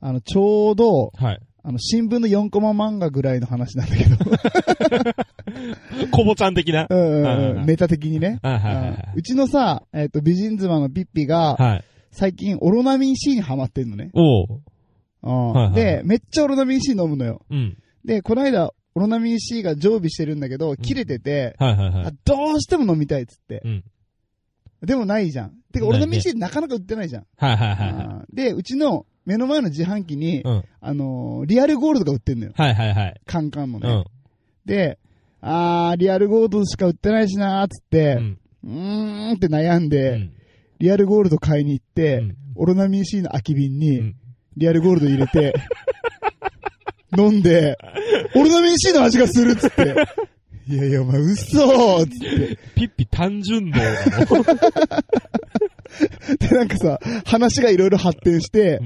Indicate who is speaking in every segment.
Speaker 1: あの、ちょうど、
Speaker 2: はい。
Speaker 1: あの、新聞の4コマ漫画ぐらいの話なんだ けど、
Speaker 2: コボちゃん的な。
Speaker 1: うんうん
Speaker 2: はいはい
Speaker 1: うん
Speaker 2: はい
Speaker 1: ネタ的にね。
Speaker 2: はいはいはいう
Speaker 1: ちのさ、えっ、と、美人妻のピッピが、
Speaker 2: はい。はい。
Speaker 1: 最近、オロナミン C にハマってんのね。
Speaker 2: おう。
Speaker 1: うん
Speaker 2: はいはい
Speaker 1: で、めっちゃオロナミン C 飲むのよ。
Speaker 2: うん。
Speaker 1: で、この間、オロナミン C が常備してるんだけど、切れてて、
Speaker 2: はいはいは
Speaker 1: あ
Speaker 2: い。
Speaker 1: どうしても飲みたいっつって。
Speaker 2: うん。
Speaker 1: でもないじゃん。てか、
Speaker 2: ない
Speaker 1: オ
Speaker 2: ね
Speaker 1: ロナミン C なかなか売ってないじゃん。
Speaker 2: はいはいはいはい。
Speaker 1: うんで、うちの目の前の自販機に、
Speaker 2: うん。
Speaker 1: あのーリアルゴールドが売ってんのよ。
Speaker 2: はいはいはい。
Speaker 1: カンカンの
Speaker 2: う
Speaker 1: ね。
Speaker 2: ん。
Speaker 1: で、あー、リアルゴールドしか売ってないしなーっつっ
Speaker 2: う
Speaker 1: て、
Speaker 2: ん。
Speaker 1: うーんって悩んで、
Speaker 2: うん
Speaker 1: リアルゴールド買いに行って、
Speaker 2: うん
Speaker 1: オロナミン C の空き瓶
Speaker 2: う
Speaker 1: に
Speaker 2: ん、
Speaker 1: リアルゴールド入れて、 飲んで、オロナミン C の味がするっつ って、いやいや、お前嘘ーっつっ
Speaker 2: ピッピ単純能なの。
Speaker 1: て、で、なんかさ、話がいろいろ発展して、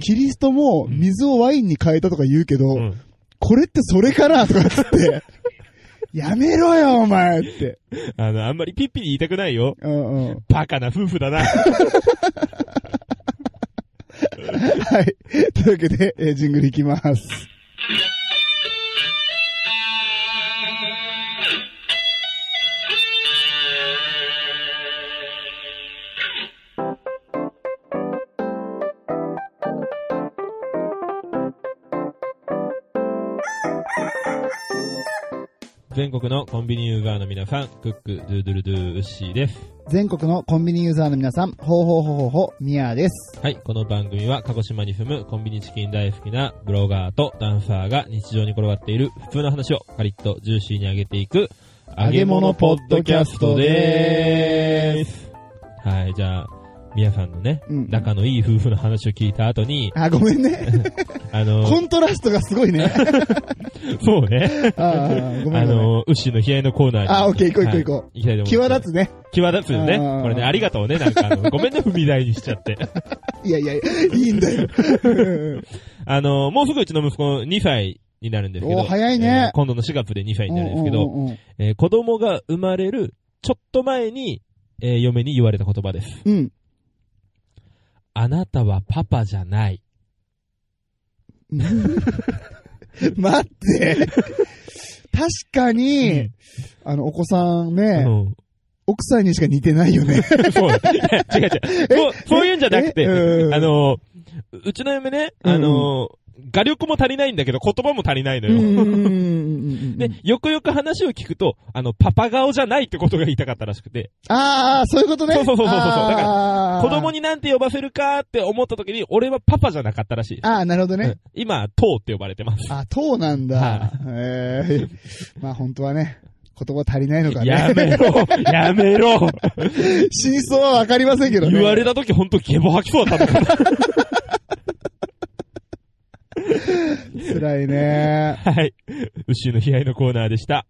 Speaker 1: キリストも水をワインに変えたとか言うけど、
Speaker 2: うん
Speaker 1: これってそれかなとかっつって、やめろよ、お前って。
Speaker 2: あの、あんまりピッピに言いたくないよ。
Speaker 1: うんうん。
Speaker 2: バカな夫婦だな。
Speaker 1: はい。というわけで、えージングルいきます。
Speaker 2: 全国のコンビニユーザーの皆さん、クック、ドゥードゥルドゥーウッシーです。
Speaker 1: 全国のコンビニユーザーの皆さん、ほうほうほうほうほう、ミヤです。
Speaker 2: はい、この番組は鹿児島に住むコンビニチキン大好きなブロガーとダンサーが日常に転がっている普通の話をカリッとジューシーに上げていく、揚げ物ポッドキャストでーす。はい、じゃあ、皆さんのね、
Speaker 1: うん
Speaker 2: 仲のいい夫婦の話を聞いた後に、
Speaker 1: あ、ごめんね。
Speaker 2: あ の、
Speaker 1: コントラストがすごいね。
Speaker 2: そうね、
Speaker 1: あーごめ
Speaker 2: あ
Speaker 1: んごめん。
Speaker 2: の、ウッシーの悲哀のコーナーに。
Speaker 1: あ、オッケー行こう行こう行こ
Speaker 2: はい、行きたいと思いま
Speaker 1: う。
Speaker 2: す。
Speaker 1: 際立つね。
Speaker 2: 際立つよね。
Speaker 1: うん
Speaker 2: これね、ありがとうね。なんかあの、ごめんね、踏み台にしちゃって。
Speaker 1: いやいや、いいん だよ。うん
Speaker 2: あの、もうすぐうちの息子2歳になるんですけど。
Speaker 1: お早いね
Speaker 2: えー今度の4月で2歳になるんですけ
Speaker 1: う
Speaker 2: ど、
Speaker 1: んうんうん
Speaker 2: えー子供が生まれるちょっと前に、えー嫁に言われた言葉です。
Speaker 1: うん。
Speaker 2: あなたはパパじゃない。
Speaker 1: 待って。確かに、あの、お子さん
Speaker 2: う
Speaker 1: ね、
Speaker 2: ん。
Speaker 1: 奥さんにしか似てないよね。
Speaker 2: そう。 いや違う違う。そう、そういうんじゃなく
Speaker 1: え
Speaker 2: て、
Speaker 1: うん
Speaker 2: あの、うちの嫁ね、あの、画力も足りないんだけど、言葉も足りないの
Speaker 1: うんうん
Speaker 2: よ。
Speaker 1: うんうんう
Speaker 2: で
Speaker 1: ん、
Speaker 2: よくよく話を聞くと、あの、パパ顔じゃないってことが言いたかったらしくて、
Speaker 1: ああ、そういうことね。
Speaker 2: そうそうそうそうそうだから
Speaker 1: ら
Speaker 2: 子供
Speaker 1: に。
Speaker 2: になんて呼ばせるかって思った時に、俺はパパじゃなかったらしい。
Speaker 1: ああ、なるほど
Speaker 2: う
Speaker 1: ね
Speaker 2: ん。今、トウって呼ばれてます。
Speaker 1: あ、党なん
Speaker 2: は
Speaker 1: だ。ええまあ本当はね、言葉足りないのか
Speaker 2: や
Speaker 1: ね。
Speaker 2: めろやめろ
Speaker 1: 真相はわかりませんけどね。
Speaker 2: 言われた時ほんとゲボ吐きそうだったんだけ
Speaker 1: 辛いね。
Speaker 2: どはい。牛の悲哀のコーナーでした。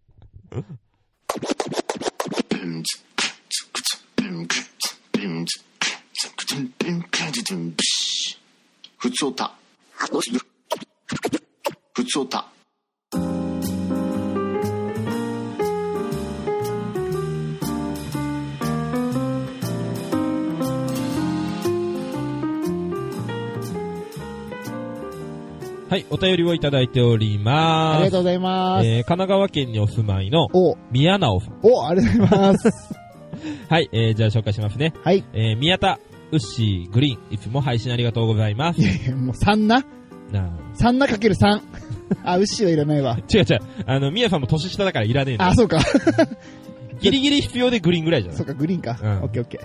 Speaker 3: ふつおた。ふつおた。
Speaker 2: はい、お便りをいただいております。
Speaker 1: ありがとうございます。
Speaker 2: えー神奈川県にお住まいの、
Speaker 1: お、
Speaker 2: 宮直さん。
Speaker 1: お、ありがとうございます。
Speaker 2: はい、えーじゃあ紹介しますね。
Speaker 1: はい。
Speaker 2: えー宮田、ウッシー、グリーン、いつも配信ありがとうございます
Speaker 1: い。やいや、もう3な。
Speaker 2: なあ
Speaker 1: 3なかける3。あ、牛はいらないわ。
Speaker 2: 違う違う、あの、宮さんも年下だからいらねえの
Speaker 1: あ、そうか。
Speaker 2: ギリギリ必要でグリーンぐらいじゃな
Speaker 1: そう
Speaker 2: い
Speaker 1: か、グリーンか。
Speaker 2: うん
Speaker 1: オッケーオッケ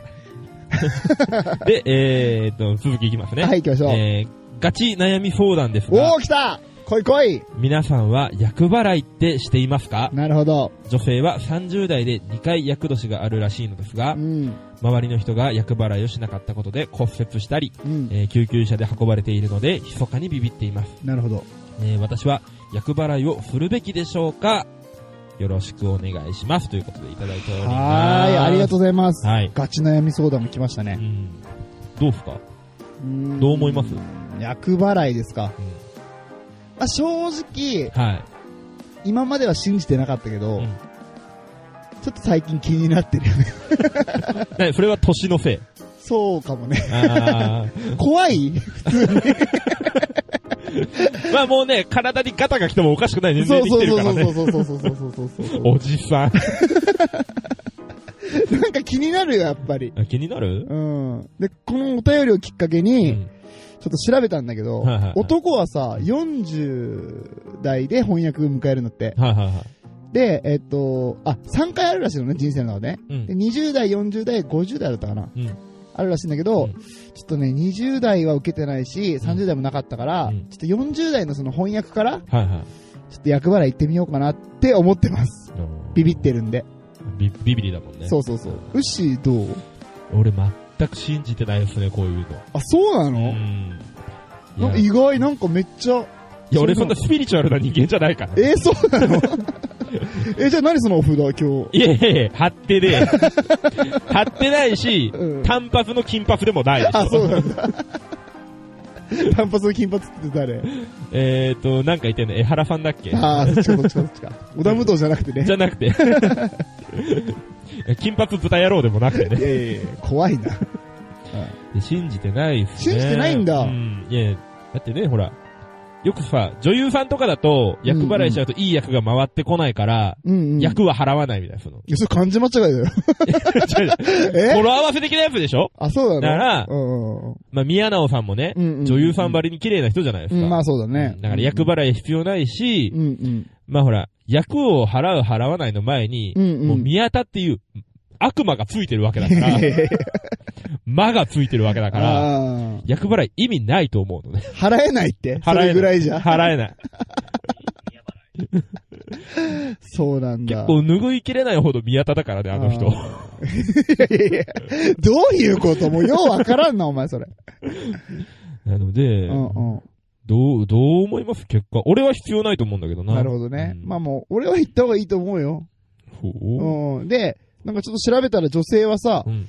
Speaker 2: で、えーっと、続きいきますね。
Speaker 1: ー。はい、行きましょう。
Speaker 2: えーガチ悩み相談ですが
Speaker 1: おー、、来た来い来い
Speaker 2: 皆さんは役払いってしていますか
Speaker 1: なるほど。
Speaker 2: 女性は30代で2回役年があるらしいのです
Speaker 1: う
Speaker 2: が、
Speaker 1: ん、
Speaker 2: 周りの人が役払いをしなかったことで骨折したり、
Speaker 1: うん。
Speaker 2: えー救急車で運ばれているので、密かにビビっています。
Speaker 1: なるほど。
Speaker 2: えー私は役払いをするべきでしょうかよろしくお願いします。ということでいただいております。
Speaker 1: はーい、ありがとうございます。
Speaker 2: はい
Speaker 1: ガチ悩み相談も来ました
Speaker 2: う
Speaker 1: ね。
Speaker 2: ん。どうすか
Speaker 1: うん
Speaker 2: どう思います
Speaker 1: 厄払いですか。
Speaker 2: う
Speaker 1: まあ、正直、
Speaker 2: ん。はい。
Speaker 1: 今までは信じてなかったけど、
Speaker 2: うん
Speaker 1: ちょっと最近気になってるよね。
Speaker 2: なそれは年のせい。
Speaker 1: そうかもね。
Speaker 2: あー
Speaker 1: 怖い
Speaker 2: まあもうね、体にガタが来てもおかしくない年
Speaker 1: そ
Speaker 2: 齢
Speaker 1: う
Speaker 2: に来
Speaker 1: そう
Speaker 2: てる
Speaker 1: そう
Speaker 2: からね。
Speaker 1: そうそうそうそうそうそうそう
Speaker 2: おじさん。
Speaker 1: なんか気になるよ、やっぱり。
Speaker 2: あ気になる
Speaker 1: うん。で、このお便りをきっかけに、
Speaker 2: うん
Speaker 1: ちょっと調べたんだけど、
Speaker 2: はいはいはい
Speaker 1: 男はさ、40代で翻訳を迎えるんだって。
Speaker 2: はいはいはい。
Speaker 1: で、えっと、あ、3回あるらしいのね、人生の中でね。
Speaker 2: うん
Speaker 1: で20代、40代、50代だったかな。
Speaker 2: うん
Speaker 1: あるらしいんだけど、
Speaker 2: う
Speaker 1: ち
Speaker 2: ん
Speaker 1: ょっとね、20代は受けてないし、30代もなかったから、
Speaker 2: うん
Speaker 1: ちょっと40代のその翻訳から、ちょ
Speaker 2: はいはい。
Speaker 1: っと役払い行ってみようかなって思ってます。ビビってるんで。
Speaker 2: ビビビリだもんね。
Speaker 1: そうそうそう。ウッシーどう
Speaker 2: 俺全く信じてないですね、こういう
Speaker 1: あ、そうなの、
Speaker 2: の。ん。い
Speaker 1: なん
Speaker 2: や
Speaker 1: か意外、なんかめっちゃ、
Speaker 2: いや、俺そんなスピリチュアルな人間じゃないから。
Speaker 1: えー、そうなのえ、じゃあ何そのお札今日。
Speaker 2: いやいやいや、貼って ねえ。貼ってないし、
Speaker 1: うん
Speaker 2: 単発の金髪でもないでしょ
Speaker 1: あ、そうなんだ。単発の金髪って誰
Speaker 2: えーと、なんか言ってんの、江原さんだっけ
Speaker 1: ああ、そっちかそっちかそっちか。織田武藤じゃなくてね
Speaker 2: じ。ゃな くて。金髪豚野郎でもなくて
Speaker 1: い
Speaker 2: ね。
Speaker 1: やいやいや、怖いな。
Speaker 2: 信じてないっすね。
Speaker 1: 信じてないんだ
Speaker 2: うん。いや、だってね、ほら。よくさ、女優さんとかだと、役払いしちゃうといい役が回ってこないから、
Speaker 1: うんうん。いや、
Speaker 2: 役は払わないみたいな、その。
Speaker 1: それ漢字間違いだよ。
Speaker 2: 違う違う
Speaker 1: え
Speaker 2: 語呂合わせ的なやつでしょ
Speaker 1: あ、そう
Speaker 2: だか
Speaker 1: なの
Speaker 2: ら
Speaker 1: うんうん
Speaker 2: まあ、宮直さんもね、
Speaker 1: うんうん。
Speaker 2: 女優さんば
Speaker 1: ば
Speaker 2: りに綺麗な人じゃないですか。
Speaker 1: まあそうだ
Speaker 2: う
Speaker 1: ね
Speaker 2: ん。だから役払い必要ないし、
Speaker 1: うんうん。
Speaker 2: まあほら、役を払う払わないの前に、
Speaker 1: うんうん。
Speaker 2: もう宮田っていう悪魔がついてるわけだから、 魔がついてるわけだから、
Speaker 1: あ
Speaker 2: 役払い意味ないと思うのね。
Speaker 1: ー払えないってそ
Speaker 2: 払えない
Speaker 1: れぐらいじゃ。
Speaker 2: 払えない。
Speaker 1: そうなんだ。
Speaker 2: 結構拭いきれないほど宮田だからね、あの人。
Speaker 1: あー。いやいやいや、どういうこともうようわからんな、お前それ。
Speaker 2: なの
Speaker 1: う
Speaker 2: で、
Speaker 1: んうん。
Speaker 2: どう、どう思います結果。俺は必要ないと思うんだけどな。
Speaker 1: なるほどね。まあ
Speaker 2: あ、
Speaker 1: もう、俺は言った方がいいと思うよ。
Speaker 2: ほう
Speaker 1: うん。で、なんかちょっと調べたら女性はさ
Speaker 2: う、ん。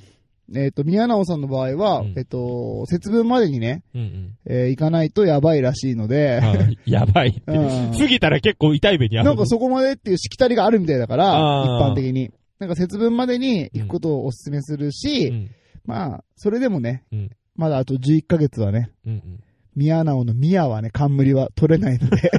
Speaker 1: えっと、宮直さんの場合は
Speaker 2: うん、
Speaker 1: えっと、節分までにね、
Speaker 2: うんうん。
Speaker 1: えー行かないとやばいらしいので、
Speaker 2: あー やばいって。
Speaker 1: うん
Speaker 2: 過ぎたら結構痛い目に遭う。
Speaker 1: なんかそこまでっていうしきたりがあるみたいだから、
Speaker 2: あ
Speaker 1: 一
Speaker 2: ー
Speaker 1: 般的に。なんか節分までに行くことをお勧めするし、
Speaker 2: うん
Speaker 1: まあ、それでもね、
Speaker 2: うん
Speaker 1: まだあと11ヶ月はね、
Speaker 2: うんうん
Speaker 1: 宮直の宮はね、冠は取れない ので、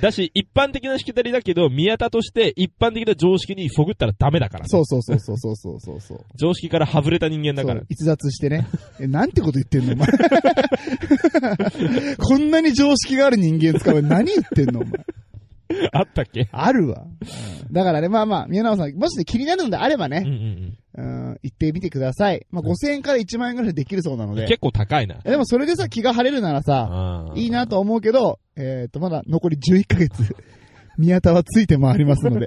Speaker 2: だし、一般的なしきたりだけど、宮田として一般的な常識にそぐったらダメだからね。
Speaker 1: そうそうそうそうそうそうそうそう。
Speaker 2: 常識から外れた人間だから
Speaker 1: そう。逸脱してね。 え、なんてこと言ってんの、お 前。こんなに常識がある人間使う何言ってんの、お前。
Speaker 2: あったっけ
Speaker 1: あるわ。だからね、まあまあ、宮直さん、もしね気になるのであれば
Speaker 2: うんう
Speaker 1: ね、
Speaker 2: ん
Speaker 1: うん、行ってみてください。まあ、5000円から1万円ぐらいでできるそうなの
Speaker 2: うん。
Speaker 1: で。
Speaker 2: 結構高いな。
Speaker 1: えでもそれでさ、気が晴れるならさ、
Speaker 2: あー
Speaker 1: いいなと思うけど、えっ、と、まだ残り11ヶ月。 宮田はついて回ります ので、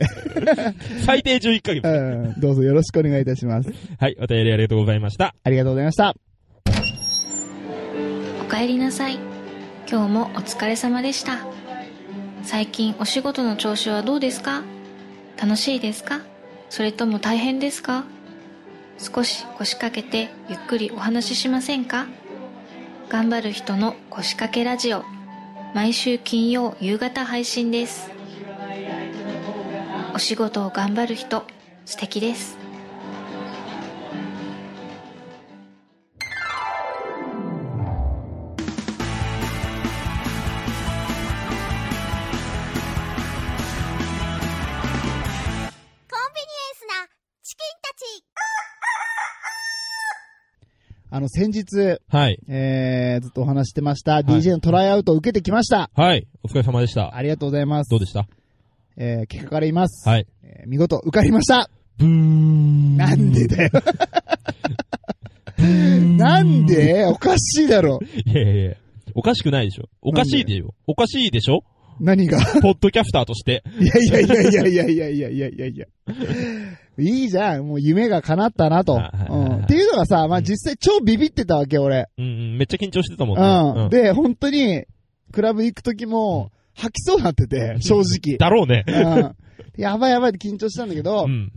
Speaker 2: 最低11ヶ月。
Speaker 1: うん、どうぞよろしくお願いいたします。
Speaker 2: はい、お便りありがとうございました。
Speaker 1: ありがとうございました。
Speaker 4: おかえりなさい今日もお疲れ様でした最近お仕事の調子はどうですか楽しいですかそれとも大変ですか少し腰掛けてゆっくりお話ししませんか頑張る人の腰掛けラジオ毎週金曜夕方配信ですお仕事を頑張る人素敵です
Speaker 5: コンビニエンスなチキンたち
Speaker 1: あの、先日、
Speaker 2: はい。
Speaker 1: えー、ずっとお話してました、DJ のトライアウトを受けてきました。
Speaker 2: はい、お疲れ様でした。
Speaker 1: ありがとうございます。
Speaker 2: どうでした
Speaker 1: えー、結果から言います。
Speaker 2: はい。
Speaker 1: えー見事、受かりました
Speaker 2: ブーン。
Speaker 1: なんでだよ。 なんでおかしいだろ。
Speaker 2: いやいやいや。おかしくないでしょ。おかしいでよ。おかしいでしょ
Speaker 1: 何が。
Speaker 2: ポッドキャスターとして。
Speaker 1: いやいやいやいやいやいやいやいやいやいや。いいじゃん。もう夢が叶ったなと。
Speaker 2: あはいは
Speaker 1: う
Speaker 2: いはい
Speaker 1: んっていうのがさ、まあ実際超ビビってたわけ、俺。
Speaker 2: うんうん、めっちゃ緊張してたもんね。
Speaker 1: うん。で、本当に、クラブ行く時も、吐きそうになってて、正直。
Speaker 2: だろうね。
Speaker 1: うん。やばいやばいって緊張したんだけど、
Speaker 2: うん。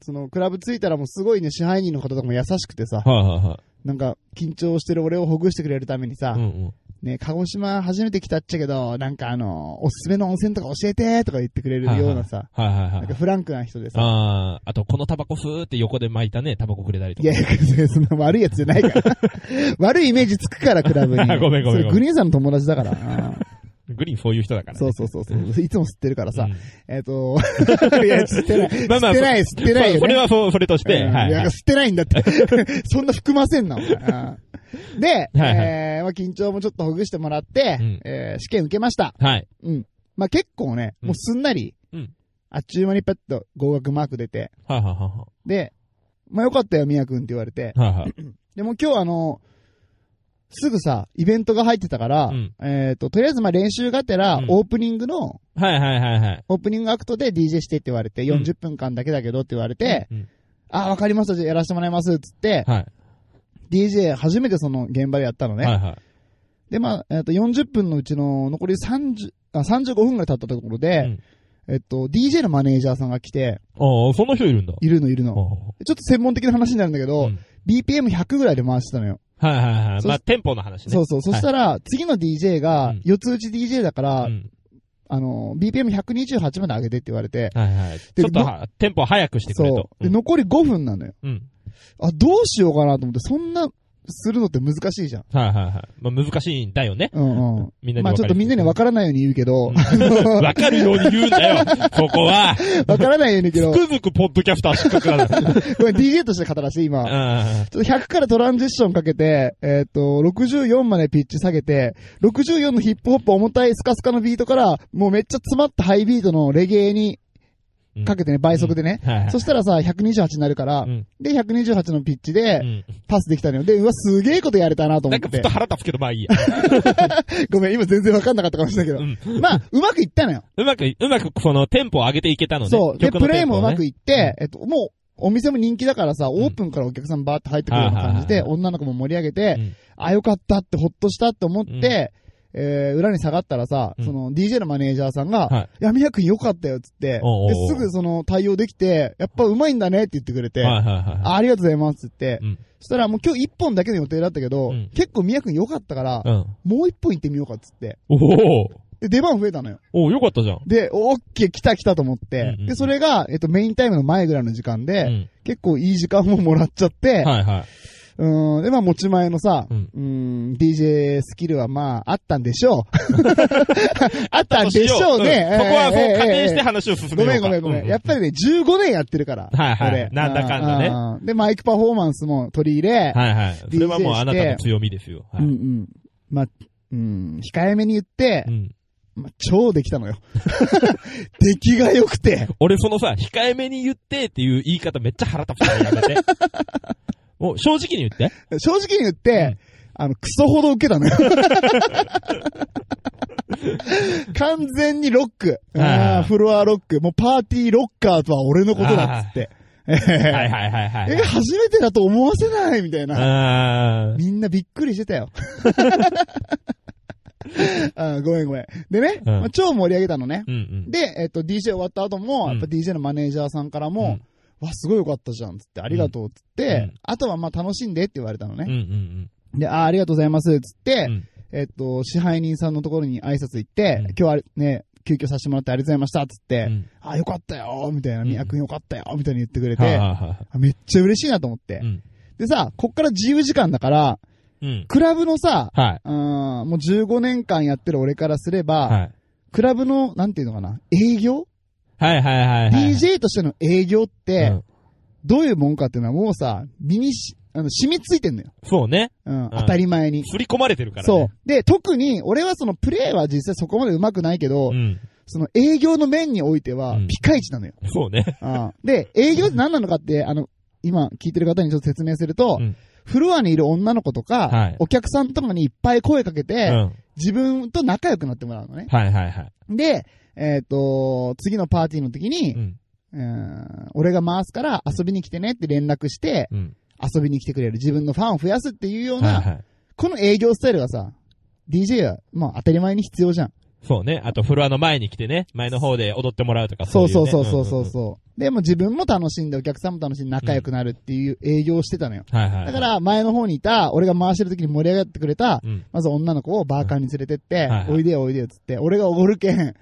Speaker 1: その、クラブ着いたらもうすごいね、支配人の方とかも優しくてさ、
Speaker 2: はいはいはい。
Speaker 1: なんか、緊張してる俺をほぐしてくれるためにさ
Speaker 2: う、ん
Speaker 1: ね、鹿児島初めて来たっちゃけど、なんかあの、おすすめの温泉とか教えてとか言ってくれるようなさ、
Speaker 2: うん。はいはいは
Speaker 1: なん
Speaker 2: い
Speaker 1: か。フランクな人でさ、
Speaker 2: ああ、あと、このタバコふーって横で巻いたね、タバコくれたりと
Speaker 1: い
Speaker 2: か。
Speaker 1: やいや、そんな悪いやつじゃ ないから。悪いイメージつくから、クラブに。
Speaker 2: ごめんごめんごめ
Speaker 1: そ
Speaker 2: ん
Speaker 1: れグリーンさんの友達だから。
Speaker 2: グリーンそういう人だからね。
Speaker 1: そうそうそうそう。いつも吸ってるからさ
Speaker 2: うん。
Speaker 1: えっと、 いや、吸ってない。
Speaker 2: まあまあ
Speaker 1: 吸ってない、吸ってないよね。
Speaker 2: これはそう、それとし
Speaker 1: うん
Speaker 2: て、はいいは
Speaker 1: や、
Speaker 2: い。
Speaker 1: 吸ってないんだって。 そんな含ませんな、お前うんで、
Speaker 2: い はい
Speaker 1: えーまあ緊張もちょっとほぐしてもらって
Speaker 2: うん、
Speaker 1: えー試験受けました。
Speaker 2: はい。
Speaker 1: うん。まあ結構ね、
Speaker 2: うん
Speaker 1: もうすんなり
Speaker 2: うん、
Speaker 1: あっちゅう間にパッと合格マーク出て、
Speaker 2: はいはいは
Speaker 1: で、まあよかったよ、みやくんって言われて
Speaker 2: い。はい。はいはい。
Speaker 1: でも今日あの、すぐさ、イベントが入ってたから、
Speaker 2: うん
Speaker 1: えっ、と、とりあえずまあ練習がてら、
Speaker 2: うん
Speaker 1: オープニングの、
Speaker 2: はいはいはいはい。
Speaker 1: オープニングアクトで DJ してって言われて、
Speaker 2: ん
Speaker 1: 40分間だけだけどって言われて、
Speaker 2: うん
Speaker 1: あ、わかりました、じゃあやらせてもらいます、つって、
Speaker 2: はい。
Speaker 1: DJ 初めてその現場でやったのね。
Speaker 2: はいはい。
Speaker 1: で、まあ、えっ、と、40分のうちの残り30、あ35分ぐらい経ったところで、えっと、DJ のマネージャーさんが来て、
Speaker 2: ああ、そんな人いるんだ。
Speaker 1: いるのいるの。
Speaker 2: は
Speaker 1: ちょっと専門的な話になるんだけど、
Speaker 2: うん
Speaker 1: BPM100 ぐらいで回してたのよ。
Speaker 2: いはいはい。
Speaker 1: そ
Speaker 2: まあ、テンポの話ね。
Speaker 1: そうそう。そしたら、次の DJ が
Speaker 2: うん、
Speaker 1: 四つ打ち DJ だから、
Speaker 2: うん
Speaker 1: あの、BPM128 まで上げてって言われて、
Speaker 2: はいはい。ち
Speaker 1: で
Speaker 2: ょっとは、テンポ早くしてくれ
Speaker 1: そ
Speaker 2: と。
Speaker 1: う。で、
Speaker 2: うん
Speaker 1: 残り5分なのよ。
Speaker 2: うん。
Speaker 1: あ、どうしようかなと思って、そんな、するのって難しいじゃん。
Speaker 2: はいはいはい。まあ、難しいんだよね。
Speaker 1: うんうん。
Speaker 2: みんなに
Speaker 1: まあ
Speaker 2: 分
Speaker 1: ち
Speaker 2: か
Speaker 1: ょっと
Speaker 2: る
Speaker 1: みんなにわからないように言うけど、
Speaker 2: わかるように言うんだよ、そこは。
Speaker 1: わからないように言うけど
Speaker 2: つく、づくポッドキャスター失格なんだ。
Speaker 1: これ DJ として語らしい、今。
Speaker 2: うん
Speaker 1: ちょっと100からトランジッションかけて、えっ、と、64までピッチ下げて、64のヒップホップ重たいスカスカのビートから、もうめっちゃ詰まったハイビートのレゲエに
Speaker 2: うん
Speaker 1: かけてね、倍速でね。
Speaker 2: はいはい
Speaker 1: そしたらさ、128になるから、
Speaker 2: うん
Speaker 1: で、128のピッチ
Speaker 2: う
Speaker 1: で
Speaker 2: ん
Speaker 1: パスできたのよ。で、うわ、すげえことやれたなと思
Speaker 2: な
Speaker 1: っ
Speaker 2: んか
Speaker 1: て
Speaker 2: ふ。と腹立つけど、まあいいや。
Speaker 1: ごめん、今全然わかんなかったかもしれないけど。
Speaker 2: うん
Speaker 1: まあ、うまくいったのよ。
Speaker 2: うまく、うまくそのテンポを上げていけたのね。
Speaker 1: そう。で、
Speaker 2: 曲の
Speaker 1: プレ
Speaker 2: テ
Speaker 1: イ
Speaker 2: ンポ
Speaker 1: も
Speaker 2: を
Speaker 1: う
Speaker 2: ね
Speaker 1: まくいって、えっと、もう、お店も人気だからさ、オープンからお客さんバーって入ってくるような感じで、
Speaker 2: うん
Speaker 1: 女の子も盛り上げて、
Speaker 2: うん
Speaker 1: あ、よかったってほっとしたって思って、えー、裏に下がったらさ、
Speaker 2: うん
Speaker 1: その DJ のマネージャーさんが、
Speaker 2: はい
Speaker 1: や、宮君よかったよっつって、
Speaker 2: おうおうおう
Speaker 1: ですぐその対応できて、やっぱうまいんだねって言ってくれて、
Speaker 2: はいはいはいは
Speaker 1: あありがとうございますって言って、
Speaker 2: うん
Speaker 1: そしたらもう今日一本だけの予定だったけど、
Speaker 2: うん
Speaker 1: 結構宮君よかったから
Speaker 2: い。う、ん。
Speaker 1: もう一本行ってみようかっつって、
Speaker 2: おお
Speaker 1: で、出番増えたのよ。
Speaker 2: おおよかったじゃん。
Speaker 1: で、オッケー来た来たと思って、
Speaker 2: うんうん
Speaker 1: で、それが、えっと、メインタイムの前ぐらいの時間で、
Speaker 2: うん。
Speaker 1: 結構いい時間ももらっちゃって、
Speaker 2: はいは
Speaker 1: うーん、で、まあ、持ち前のさ、
Speaker 2: う
Speaker 1: うんーん、DJ スキルはまあ、あったんでし ょう。あったん
Speaker 2: い。
Speaker 1: でしょうね。
Speaker 2: んそこはそう
Speaker 1: えーえー
Speaker 2: 仮定して
Speaker 1: えー
Speaker 2: 話を進め
Speaker 1: ご
Speaker 2: よ
Speaker 1: め
Speaker 2: うんか。
Speaker 1: ごめんごめん。
Speaker 2: う
Speaker 1: やっぱりね、15年やってるから。
Speaker 2: はいはい
Speaker 1: 俺
Speaker 2: なんだかんだね。
Speaker 1: あーで、マイクパフォーマンスも取り入れ、
Speaker 2: はいはい。それはもう
Speaker 1: DJ
Speaker 2: あなたの強みですよ。は
Speaker 1: うんう
Speaker 2: い。
Speaker 1: ん。まあ、うん、控えめに言って
Speaker 2: う、ん。
Speaker 1: まあ、超できた のよ。出来が良くて。
Speaker 2: 俺そのさ、控えめに言ってっていう言い方めっちゃ腹立つからや めて。もう正直に言って。
Speaker 1: 正直に言って、あの、クソほど受けたのよ。 完全にロック。
Speaker 2: あ
Speaker 1: あ
Speaker 2: あ
Speaker 1: ーフロアロック。もうパーティーロッカーとは俺のことだっつって。えへ
Speaker 2: はいは
Speaker 1: へ
Speaker 2: いはいは
Speaker 1: え、
Speaker 2: い。
Speaker 1: 初めてだと思わせないみたいな。
Speaker 2: あ
Speaker 1: みんなびっくりしてた よ。あーごめんごめん。でね、
Speaker 2: うん
Speaker 1: まあ超盛り上げたのね
Speaker 2: ー。うんうん。
Speaker 1: で、えっと、DJ 終わった後も、やっぱ
Speaker 2: うん
Speaker 1: DJ のマネージャーさんからも、わ、すごいよかったじゃん、つって、ありがとう、つって、
Speaker 2: うん
Speaker 1: あとはまあ楽しんでって言われたのね
Speaker 2: うん。うんうん。
Speaker 1: で、あーありがとうございます、つって、
Speaker 2: うん
Speaker 1: えっと、支配人さんのところに挨拶行って、
Speaker 2: うん
Speaker 1: 今日はね、休憩させてもらってありがとうございました、つって、
Speaker 2: うん
Speaker 1: あーよかったよー、みたいな、
Speaker 2: ん
Speaker 1: 宮君よかったよー、みたいに言ってくれて、
Speaker 2: はいはいは
Speaker 1: あめっちゃ嬉しいなと思って。
Speaker 2: い。うん。
Speaker 1: でさ、こっから自由時間だから、
Speaker 2: うん。
Speaker 1: クラブのさ、
Speaker 2: は
Speaker 1: うーん、もう15年間やってる俺からすれば、
Speaker 2: い。はい。
Speaker 1: クラブの、なんていうのかな、営業、
Speaker 2: はいはいはいはい。
Speaker 1: ?DJ としての営業っ
Speaker 2: う
Speaker 1: て
Speaker 2: ん、
Speaker 1: どういうもんかっていうのはもうさ、身にし、あの、染みついてんのよ。
Speaker 2: そうね。
Speaker 1: うん、当たり前に。
Speaker 2: 振り込まれてるからね。
Speaker 1: そう。で、特に、俺はそのプレイは実際そこまで上手くないけど、
Speaker 2: うん。
Speaker 1: その営業の面においては
Speaker 2: うん、
Speaker 1: ピカイチな のよ。
Speaker 2: そうね。
Speaker 1: ああで、営業って何なのかって、あの、今聞いてる方にちょっと説明すると、
Speaker 2: うん
Speaker 1: フロアにいる女の子とか、
Speaker 2: はい
Speaker 1: お客さんとかにいっぱい声かけ
Speaker 2: う
Speaker 1: て、
Speaker 2: ん。
Speaker 1: 自分と仲良くなってもらうのね。
Speaker 2: はいはいはい。
Speaker 1: で、えっ、と、次のパーティーの時に
Speaker 2: う、ん。
Speaker 1: うーん俺が回すから遊びに来てねって連絡して、
Speaker 2: うん。
Speaker 1: 遊びに来てくれる自分のファンを増やすっていうよう
Speaker 2: はい
Speaker 1: な、
Speaker 2: はい。
Speaker 1: この営業スタイルがさ、DJ は、まあ当たり前に必要じゃん。
Speaker 2: そうね。あとフロアの前に来てね、前の方で踊ってもらうとか
Speaker 1: そう
Speaker 2: いね
Speaker 1: そうそうそうそうそう。でも自分も楽しんで、お客さんも楽しんで仲良くなるっていう営業をしてたのよ。
Speaker 2: うんうんうんはいは
Speaker 1: だ
Speaker 2: い。
Speaker 1: か、ら前の方にいた、俺が回してる時に盛り上がってくれた
Speaker 2: う、ん。
Speaker 1: まず女の子をバーカーに連れてって
Speaker 2: はいはい、
Speaker 1: おいでよおいでよっつって、俺がおごるけ ん、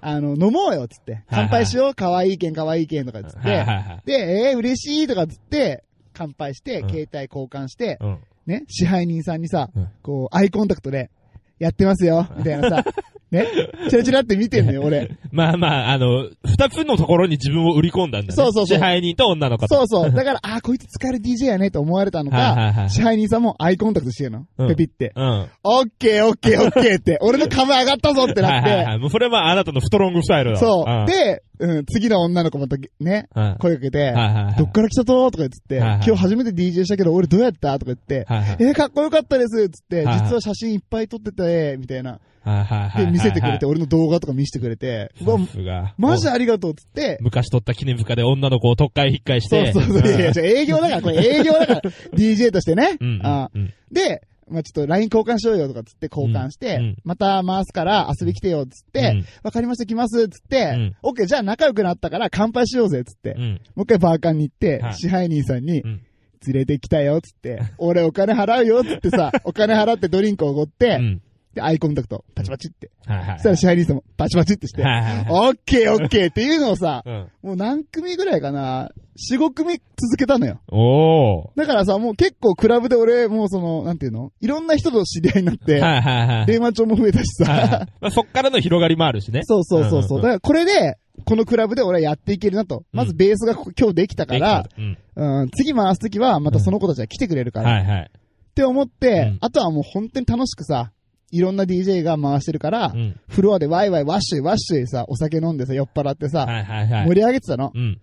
Speaker 1: あの、飲もうよっつって、乾杯しよう、可愛いけん可愛いけんとかっつっ
Speaker 2: はいは
Speaker 1: て、
Speaker 2: いはい。
Speaker 1: で、えー、嬉しいとかっつって、乾杯して、
Speaker 2: うん
Speaker 1: 携帯交換して、
Speaker 2: うん。
Speaker 1: ね、支配人さんにさ
Speaker 2: うん、
Speaker 1: こう、アイコンタクトで、やってますよ、みたいなさ、 ね。チラチラって見てんのよ、 俺。
Speaker 2: まあまあ、あの、二つのところに自分を売り込んだんだね。
Speaker 1: そうそうそう
Speaker 2: 支配人と女の子と。
Speaker 1: そうそう。だから、あーこいつ使える DJ やねと思われたの
Speaker 2: はいはいは
Speaker 1: か、
Speaker 2: い
Speaker 1: 支配人さんもアイコンタクトしてるの。
Speaker 2: うん
Speaker 1: ペピって。
Speaker 2: うん。
Speaker 1: オッケーオッケーオッケーって。 俺の株上がったぞってなっ
Speaker 2: はいはいは
Speaker 1: て。
Speaker 2: い。もうそれはあなたのストロングスタイルだ
Speaker 1: そ
Speaker 2: ん
Speaker 1: う。で、うん、次の女の子またね、
Speaker 2: うん
Speaker 1: 声かけて
Speaker 2: はいはいはい、
Speaker 1: どっから来たととか言って、
Speaker 2: はいはい
Speaker 1: 今日初めて DJ したけど俺どうやったとか言って、
Speaker 2: はいはい。
Speaker 1: えー、かっこよかったですっつって、
Speaker 2: はいはい
Speaker 1: 実は写真いっぱい撮ってて、みたいな。
Speaker 2: はいはいはい。
Speaker 1: で、見せてくれて、
Speaker 2: は
Speaker 1: 俺の動画とか見せてくれて、
Speaker 2: いう
Speaker 1: わ
Speaker 2: は、い、スタッフが。
Speaker 1: マジ
Speaker 2: お
Speaker 1: ありがとうっつって、
Speaker 2: 昔取った記念日かで女の子を特会引っかいし
Speaker 1: そう
Speaker 2: て。
Speaker 1: そうそう。いやいや、じゃあ営業だから、これ営業だ から、DJ としてね。
Speaker 2: うん。うん。
Speaker 1: あ
Speaker 2: うん
Speaker 1: で、まあ、ちょっと LINE 交換しようよとかっつって交換して、
Speaker 2: うんうん
Speaker 1: また回すから遊び来てよっつって、わ、
Speaker 2: うん
Speaker 1: かりました来ますっつって、
Speaker 2: ん
Speaker 1: オッケーじゃあ仲良くなったから乾杯しようぜっつって、
Speaker 2: うん。うん。
Speaker 1: もう一回バーカンに行って、
Speaker 2: はい
Speaker 1: 支配人さんに、
Speaker 2: うん
Speaker 1: 連れてきたよっつって、俺お金払うよっつって さ、お金払ってドリンクおごって、
Speaker 2: うん。
Speaker 1: で、アイコンタクト、パチパチって。
Speaker 2: はいは
Speaker 1: そ
Speaker 2: い。
Speaker 1: したら支配人さんもパチパチってして、
Speaker 2: はいはいはい。
Speaker 1: オッケーオッケーっていうのを さ、
Speaker 2: うん。
Speaker 1: もう何組ぐらいかな、4、5組続けたのよ。
Speaker 2: おー。
Speaker 1: だからさ、もう結構クラブで俺、もうその、なんていうのいろんな人と知り合いになって、
Speaker 2: はいはいはい。
Speaker 1: 電話帳も増えたし
Speaker 2: はいは
Speaker 1: さ
Speaker 2: い、まあ、そっからの広がりもあるしね。
Speaker 1: そうそうそうそう。
Speaker 2: ん
Speaker 1: だからこれで、このクラブで俺はやっていけるなと。まずベースがここ今日できたから、、
Speaker 2: うん、
Speaker 1: うん、次回すときはまたその子たちが来てくれるから、
Speaker 2: は
Speaker 1: っ
Speaker 2: いはい。
Speaker 1: て思って、
Speaker 2: うん
Speaker 1: あとはもう本当に楽しくさ、いろんな DJ が回してるから、
Speaker 2: うん。
Speaker 1: フロアでワイワイワッシュイワッシュイさ、お酒飲んでさ、酔っ払ってさ、
Speaker 2: はいはいはい。
Speaker 1: 盛り上げてたの。
Speaker 2: うん。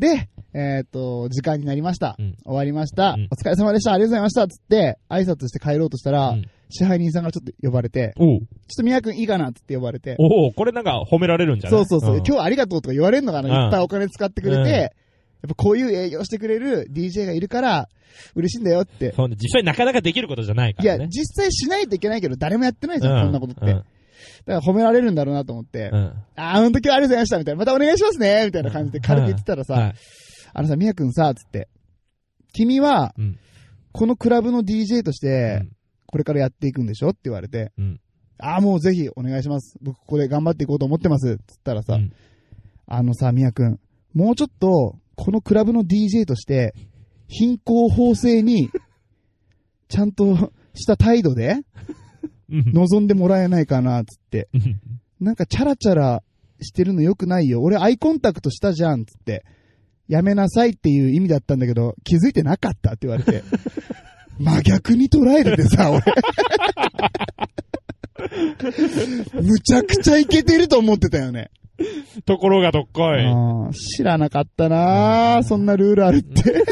Speaker 1: で、えっ、と、時間になりました。
Speaker 2: うん
Speaker 1: 終わりました、
Speaker 2: うん
Speaker 1: お疲れ様でした。ありがとうございました。つって、挨拶して帰ろうとしたら、
Speaker 2: うん
Speaker 1: 支配人さんがちょっと呼ばれて、
Speaker 2: おう
Speaker 1: ちょっと宮君いいかなつって呼ばれて、
Speaker 2: おうこれなんか褒められるんじゃな
Speaker 1: そ
Speaker 2: いう
Speaker 1: そうそう、
Speaker 2: ん
Speaker 1: 今日はありがとうとか言われるのかな、
Speaker 2: うん
Speaker 1: いっぱいお金使ってくれて、
Speaker 2: うん
Speaker 1: やっぱこういう営業してくれる DJ がいるから、嬉しいんだよって。
Speaker 2: そうね実際なかなかできることじゃないか
Speaker 1: いや
Speaker 2: ら、ね。
Speaker 1: 実際しないといけないけど、誰もやってないじゃん、
Speaker 2: う
Speaker 1: こんなことって。だから褒められるんだろうなと思って、
Speaker 2: うん。うん
Speaker 1: あー、あの時はありがとうございました、みたいな。またお願いしますね、みたいな感じで軽く言ってたらさ、
Speaker 2: はい
Speaker 1: あのさ、みやくんさ、つって、君は、
Speaker 2: うん
Speaker 1: このクラブの DJ として
Speaker 2: うん、
Speaker 1: これからやっていくんでしょって言われて、
Speaker 2: うん
Speaker 1: ああ、もうぜひお願いします。僕ここで頑張っていこうと思ってます。つったらさ、
Speaker 2: うん
Speaker 1: あのさ、みやくん、もうちょっと、このクラブの DJ として、貧困法制に、ちゃんとした態度で、
Speaker 2: うん
Speaker 1: 望んでもらえないかな、つって。
Speaker 2: うん
Speaker 1: なんかチャラチャラしてるのよくないよ。俺アイコンタクトしたじゃん、つって。やめなさいっていう意味だったんだけど、気づいてなかったって言われて。真逆に捉えててさ、俺。むちゃくちゃイケてると思ってたよね。
Speaker 2: ところがどっこい。
Speaker 1: うん知らなかったなぁ。そんなルールあるって。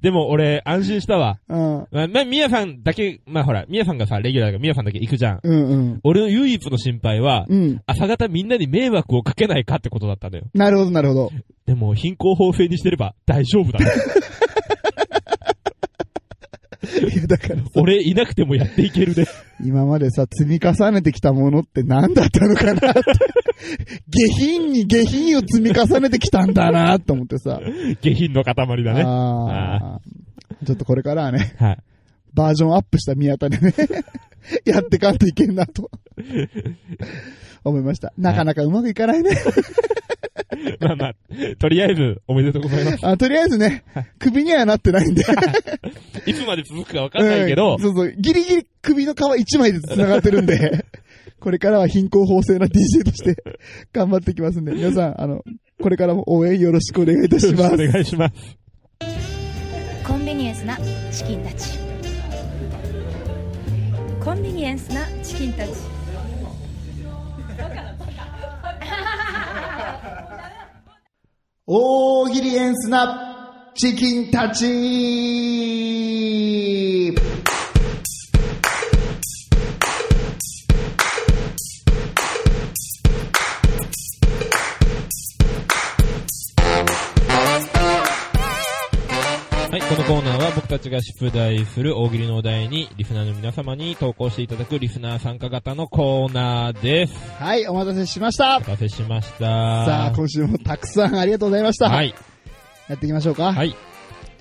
Speaker 2: でも俺、安心したわ。
Speaker 1: うん。うん
Speaker 2: まあ、まあ、みやさんだけ、まあほら、みやさんがさ、レギュラーだからみやさんだけ行くじゃん。
Speaker 1: うん。
Speaker 2: 俺の唯一の心配は、
Speaker 1: うん。
Speaker 2: 朝方みんなに迷惑をかけないかってことだったんだよ。
Speaker 1: なるほど、なるほど。
Speaker 2: でも、貧困法制にしてれば大丈夫 だ。
Speaker 1: いや、だからさ、
Speaker 2: 俺いなくてもやっていけるね。
Speaker 1: 今までさ、積み重ねてきたものって何だったのかなって。下品に下品を積み重ねてきたんだなと思ってさ。
Speaker 2: 下品の塊だね。
Speaker 1: あーちょっとこれからはね、
Speaker 2: はい。
Speaker 1: バージョンアップした宮田でね、 やってかんといけんなと。思いました。なかなかうまくいかないね。
Speaker 2: まあまあ、とりあえず、おめでとうござ います。
Speaker 1: あとりあえずね、首にはなってないんで。
Speaker 2: いつまで続くかわかんないけど
Speaker 1: うん、そうそう。ギリギリ首の皮一枚で繋がってるん で、これからは貧困法制な DJ として頑張っていきますんで、皆さん、あの、これからも応援よろしくお願いいたしま
Speaker 2: お
Speaker 1: す。
Speaker 2: 願いします。
Speaker 6: コンビニエンスなチキンたちコンビニエンスなチキンたち
Speaker 1: 大喜利エンスなチキンたち
Speaker 2: はい、このコーナーは僕たちが出題する大喜利のお題に、リスナーの皆様に投稿していただくリスナー参加型のコーナーです。
Speaker 1: はい、お待たせしました
Speaker 2: お。待たせしました。
Speaker 1: さあ、今週もたくさんありがとうございました。
Speaker 2: はい、
Speaker 1: やっていきましょうか。
Speaker 2: はい。
Speaker 1: じ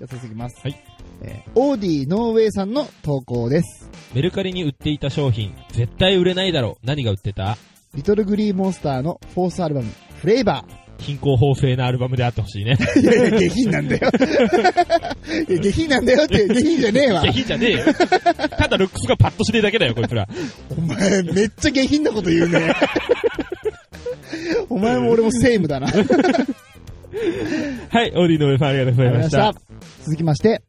Speaker 1: ゃあ早速いきます。
Speaker 2: はい
Speaker 1: えーオーディノーウェイさんの投稿です。
Speaker 2: メルカリに売っていた商品、絶対売れないだろう。何が売ってた
Speaker 1: リトルグリーモンスターのフォースアルバム、フレーバー。
Speaker 2: 貧困法制なアルバムであってほしいね。
Speaker 1: いやいや、下品なんだよ。いや下品なんだよって、下品じゃねえわ
Speaker 2: 下。品じゃねえよ。ただルックスがパッとしてるだけだよ、こいつら。
Speaker 1: お前、めっちゃ下品なこと言うね。お前も俺もセームだな。あり
Speaker 2: はい、オーディの上さんありがとうございました。。
Speaker 1: 続きまして、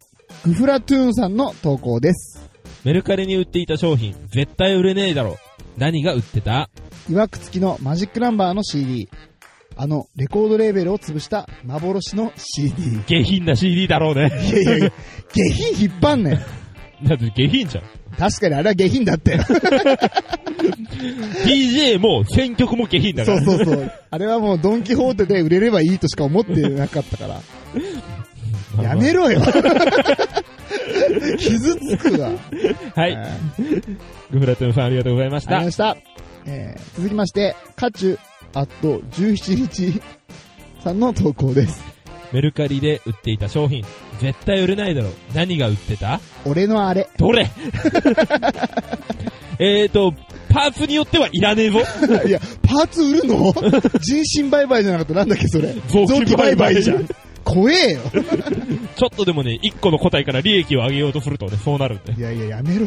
Speaker 1: グフラトゥーンさんの投稿です。
Speaker 2: メルカリに売っていた商品、絶対売れねえだろ。何が売ってた
Speaker 1: いわくつきのマジックナンバーの CD。あの、レコードレーベルを潰した幻の CD。
Speaker 2: 下品な CD だろうね。
Speaker 1: いやいやいや、下品引っ張んねん。
Speaker 2: だって下品じゃん。
Speaker 1: 確かにあれは下品だって。
Speaker 2: DJ も選曲も下品だか
Speaker 1: そう
Speaker 2: ら。
Speaker 1: そうそう。あれはもうドンキホーテで売れればいいとしか思ってなかったから。やめ ろよ傷つくわ。
Speaker 2: は
Speaker 1: えー
Speaker 2: い。グフラトゥンさんありがとうございまし
Speaker 1: あ
Speaker 2: た
Speaker 1: りま。した。えー続きまして、カチュ、あと17日さんの投稿です。
Speaker 2: メルカリで売っていた商品、絶対売れないだろ。何が売ってた
Speaker 1: 俺のあれ。
Speaker 2: ど れえーと、パーツによってはいらねえぞ。
Speaker 1: いや、パーツ売る の人身売買じゃなかったなんだっけそれ。
Speaker 2: 臓器
Speaker 1: 臓器売
Speaker 2: 売
Speaker 1: 買
Speaker 2: 買
Speaker 1: じゃん。怖え よ。
Speaker 2: ちょっとでもね、一個の個体から利益を上げようとするとね、そうなるんで
Speaker 1: い。やいや、や めろよ。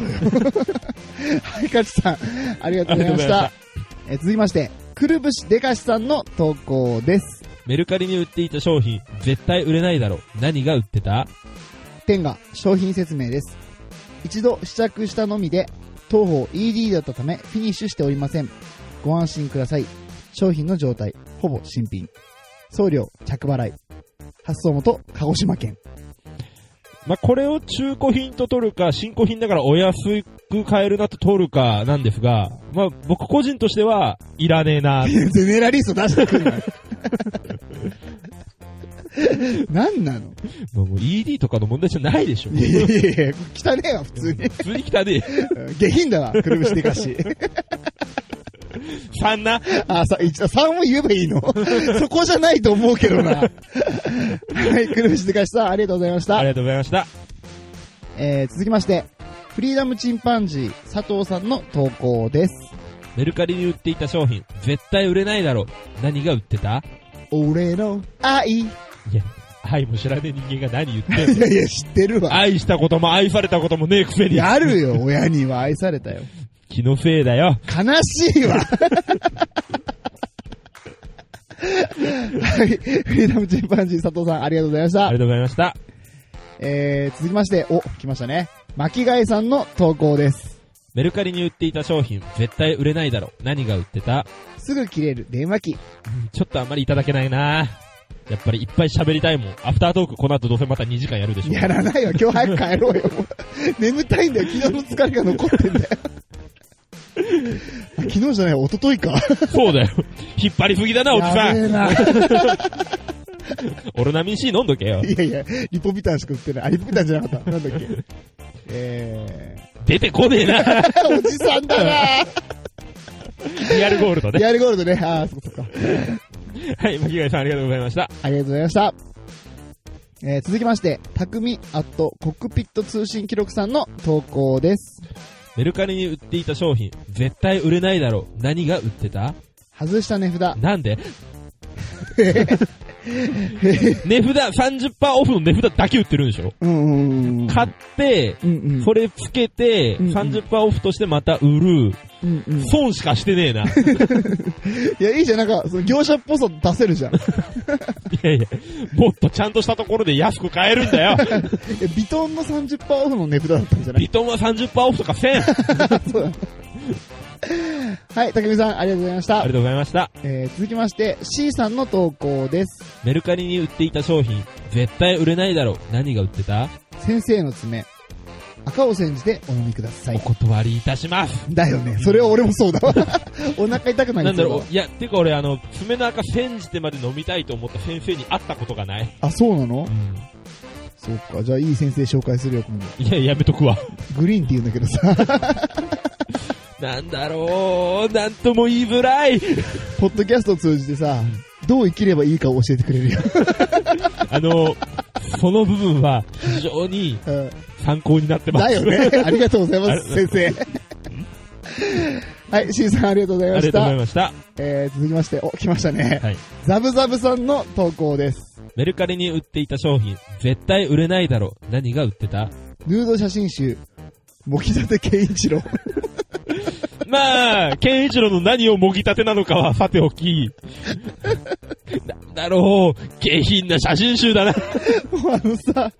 Speaker 1: はい、カチュさん、ありがとうございまし
Speaker 2: あ
Speaker 1: た。えー続きまして、くるぶしでかしさんの投稿です。
Speaker 2: メルカリに売っていた商品、絶対売れないだろ。何が売ってた
Speaker 1: 点が商品説明です一度試着したのみで当方 ED だったためフィニッシュしておりませんご安心ください商品の状態ほぼ新品送料着払い発送元鹿児島県
Speaker 2: まあ、これを中古品と取るか、新古品だからお安く買えるなと取るかなんですが、まあ、僕個人としては、いらねえ な。
Speaker 1: ゼネラリスト出してくるな 何なの
Speaker 2: もうもう ED とかの問題じゃないでしょ。
Speaker 1: いやいやいや汚ねえわ普通に
Speaker 2: 普通に来たね。
Speaker 1: 下品だわくるぶしでかし
Speaker 2: 3な。
Speaker 1: あ、さ、一応3を言えばい いのそこじゃないと思うけ どな。はい、くるぶしでかしさん、ありがとうございまし
Speaker 2: あ
Speaker 1: た。
Speaker 2: りがとうございました。
Speaker 1: えー、続きまして、フリーダムチンパンジー、佐藤さんの投稿です。
Speaker 2: メルカリに売っていた商品、絶対売れないだろ。何が売ってた
Speaker 1: 俺の愛。い
Speaker 2: いや、愛も知らねえ人間が何言ってんの
Speaker 1: やいや、知ってるわ。
Speaker 2: 愛したことも愛されたこともねえくせ
Speaker 1: い
Speaker 2: に。
Speaker 1: やあるよ、親には愛されたよ。
Speaker 2: 気のせいだよ。
Speaker 1: 悲しいわ。はい、フリーダムチンパンジー、佐藤さん、ありがとうございまし
Speaker 2: あ
Speaker 1: た
Speaker 2: り。がとうございました。
Speaker 1: えー、続きまして、お、来ましたね。巻貝さんの投稿です。
Speaker 2: メルカリに売っていた商品、絶対売れないだろ。何が売ってた
Speaker 1: すぐ切れる電話機。
Speaker 2: ちょっとあんまりいただけないなやっぱりいっぱい喋りたいもん。アフタートークこの後どうせまた2時間やるでしょ。
Speaker 1: やらないわ、今日早く帰ろう よ。もう眠たいんだよ、昨日の疲れが残ってん だよ。あ昨日じゃない、一昨日か。
Speaker 2: そうだよ。引っ張りすぎだな、おじさ
Speaker 1: やべえ
Speaker 2: ん。
Speaker 1: な。
Speaker 2: オロナミン C 飲んどけよ。
Speaker 1: いやいや、リポビタンしか売ってない。あ、リポビタンじゃなかった。なんだっけ。え
Speaker 2: 出てこねえな。
Speaker 1: ー、お じさんだな
Speaker 2: リアルゴールドね。
Speaker 1: リアルゴールドね。あー、そっかそっか。
Speaker 2: はい、巻貝さんありがとうございました。
Speaker 1: ありがとうございました。えー、続きまして、匠アットコックピット通信記録さんの投稿です。
Speaker 2: メルカリに売っていた商品、絶対売れないだろ。何が売ってた
Speaker 1: 外した値札。
Speaker 2: なんで値札、30%オフの値札だけ売ってるんでしょ
Speaker 1: うんうんうん。
Speaker 2: 買って、
Speaker 1: うんうん。
Speaker 2: それつけて、
Speaker 1: うんうん
Speaker 2: 30%オフとしてまた売る。
Speaker 1: うんうん。
Speaker 2: 損しかしてね えな。い
Speaker 1: いや、いいじゃん。なんか、その業者っぽさ出せるじゃん。い
Speaker 2: やいや、もっとちゃんとしたところで安く買えるんだ よ。
Speaker 1: やビトンの30%オフの値札だったんじゃない
Speaker 2: ビトンは30%オフとか1000。あ
Speaker 1: そうだはい、竹見さん、ありがとうございまし
Speaker 2: りが
Speaker 1: た
Speaker 2: と。うございました。
Speaker 1: えー、続きまして、C さんの投稿です。
Speaker 2: メルカリに売っていた商品、絶対売れないだろう。何が売ってた、
Speaker 1: 先生の爪。赤を煎じてお飲みくださ
Speaker 2: お
Speaker 1: い。
Speaker 2: 断りいたします。
Speaker 1: だよね。それは俺もそうだわ。 お腹痛くなり
Speaker 2: なん
Speaker 1: そうだ
Speaker 2: だろ
Speaker 1: わ
Speaker 2: う、いや、てか俺、あの、爪の赤煎じてまで飲みたいと思った先生に会ったことがない。
Speaker 1: あ、そうなのそうか。じゃあ、いい先生紹介するよ、今度。
Speaker 2: いや、やめとくわ。
Speaker 1: グリーンって言うんだけどさ、
Speaker 2: なんだろう、なんとも言いづらい。
Speaker 1: ポッドキャストを通じてさ、どう生きればいいかを教えてくれるよ。
Speaker 2: あの、その部分は非常に
Speaker 1: うん
Speaker 2: 参考になってま
Speaker 1: だ
Speaker 2: す。
Speaker 1: よね。ありがとうございます、先生。はい、シンさんありがとうござい
Speaker 2: あ
Speaker 1: ま
Speaker 2: り
Speaker 1: し
Speaker 2: が
Speaker 1: た
Speaker 2: とうござい。ました。
Speaker 1: えー、続きまして、お、来ましたね。
Speaker 2: はい。
Speaker 1: ザブザブさんの投稿です。
Speaker 2: メルカリに売っていた商品、絶対売れないだろ。何が売ってた
Speaker 1: ヌード写真集、もぎたて健一郎。
Speaker 2: まあ、健一郎の何をもぎたてなのかはさておき。なんだろう、下品な写真集だな。
Speaker 1: もうあのさ、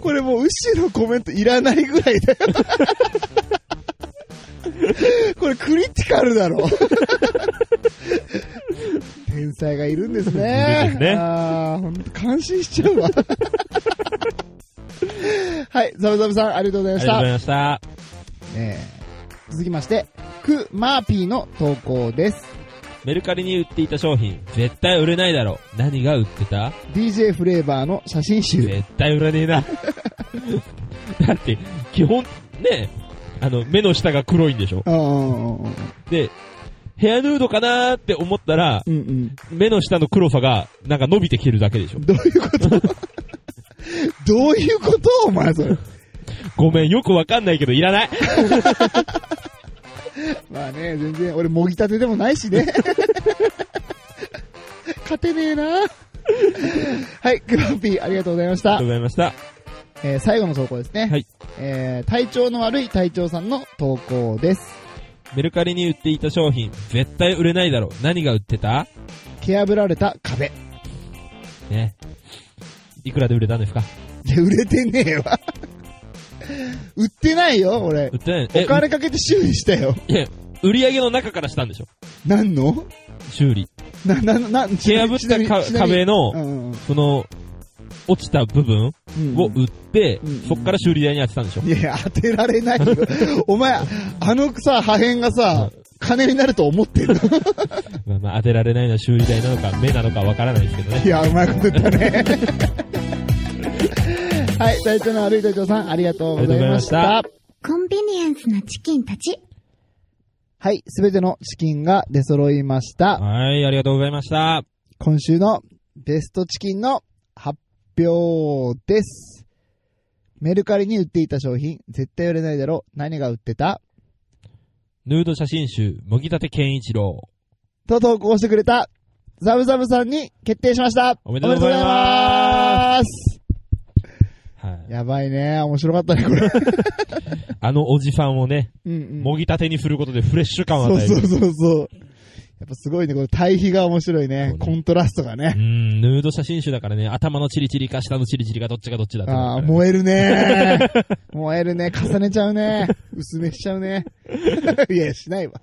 Speaker 1: これもう、ウッシーのコメントいらないぐらいだよ。 これクリティカルだろ。天才がいるんです
Speaker 2: いるん
Speaker 1: ね
Speaker 2: で。すね
Speaker 1: ああ、ほんと感心しちゃうわ。 はい、ザブザブさん、ありがとうござい
Speaker 2: あ
Speaker 1: ました
Speaker 2: りがとうござ。いました。
Speaker 1: ねえ続きまして、クマーピーの投稿です。
Speaker 2: メルカリに売っていた商品、絶対売れないだろ。何が売ってた
Speaker 1: DJ フレーバーの写真集。
Speaker 2: 絶対売れねえな。だって、基本、ね、あの、目の下が黒いんでしょ
Speaker 1: うんうんうん
Speaker 2: で、ヘアヌードかなーって思ったら、
Speaker 1: うん
Speaker 2: 目の下の黒さが、なんか伸びてきてるだけでしょ
Speaker 1: うん。。どういうこと どういうことお前それ。
Speaker 2: ごめん、よくわかんないけど、いらない。
Speaker 1: まあね、全然俺もぎたてでもないしね。 勝てねえな。はい、クマーピーありがとうございまし
Speaker 2: あ
Speaker 1: た
Speaker 2: りがとう。ございました。
Speaker 1: えー最後の投稿ですね。
Speaker 2: はい
Speaker 1: えー体調の悪い隊長さんの投稿です。
Speaker 2: メルカリに売っていた商品、絶対売れないだろ。何が売ってた
Speaker 1: 蹴破られた壁。
Speaker 2: ね。いくらで売れたんですか
Speaker 1: で、売れてねえわ。売ってないよ、俺
Speaker 2: 売。ってない。
Speaker 1: お金かけて修理したよ。
Speaker 2: いや、売り上げの中からしたんでしょ
Speaker 1: 何の
Speaker 2: 修理。
Speaker 1: な、な、な、ち
Speaker 2: 蹴
Speaker 1: なみ
Speaker 2: 破
Speaker 1: にちなみ
Speaker 2: った
Speaker 1: に
Speaker 2: か
Speaker 1: ちなみに
Speaker 2: 壁
Speaker 1: う
Speaker 2: の、
Speaker 1: んうん
Speaker 2: その、落ちた部分
Speaker 1: うん。
Speaker 2: を売って
Speaker 1: うんうん、
Speaker 2: そっから修理代に当てたんでしょ
Speaker 1: いやいや、当てられないよ。 お前、あのさ、破片がさ、金になると思ってるの
Speaker 2: まあまあ、当てられないのは修理代なのか、目なのかわからないですけど
Speaker 1: い
Speaker 2: ね。
Speaker 1: や、うまいこと言ったね。 はい、隊長の悪い隊長さん、ありがとうございまし
Speaker 2: あ
Speaker 1: た。
Speaker 5: コンビニエンスなチキンたち。
Speaker 1: はい、すべてのチキンが出揃いました。
Speaker 2: はい、ありがとうございました。
Speaker 1: 今週のベストチキンの発表です。メルカリに売っていた商品、絶対売れないだろう。何が売ってた
Speaker 2: ヌード写真集、もぎたて健一郎。
Speaker 1: と投稿してくれた、ザブザブさんに決定しました。。
Speaker 2: おめでとうございますはい。
Speaker 1: やばいね。面白かったね、これ。
Speaker 2: あのおじさんをね、
Speaker 1: うんうん。
Speaker 2: もぎたてにすることでフレッシュ感を
Speaker 1: そ
Speaker 2: 与
Speaker 1: う
Speaker 2: える。
Speaker 1: そうそうそう。やっぱすごいね、この対比が面白いね
Speaker 2: そ。うね
Speaker 1: コントラストが
Speaker 2: う
Speaker 1: ね。
Speaker 2: ん、ヌード写真集だからね、頭のチリチリか下のチリチリかどっちがどっちだって
Speaker 1: ああ、
Speaker 2: う。
Speaker 1: 燃えるね。燃えるね。重ねちゃうね。薄めしちゃうね。 いや、しないわ。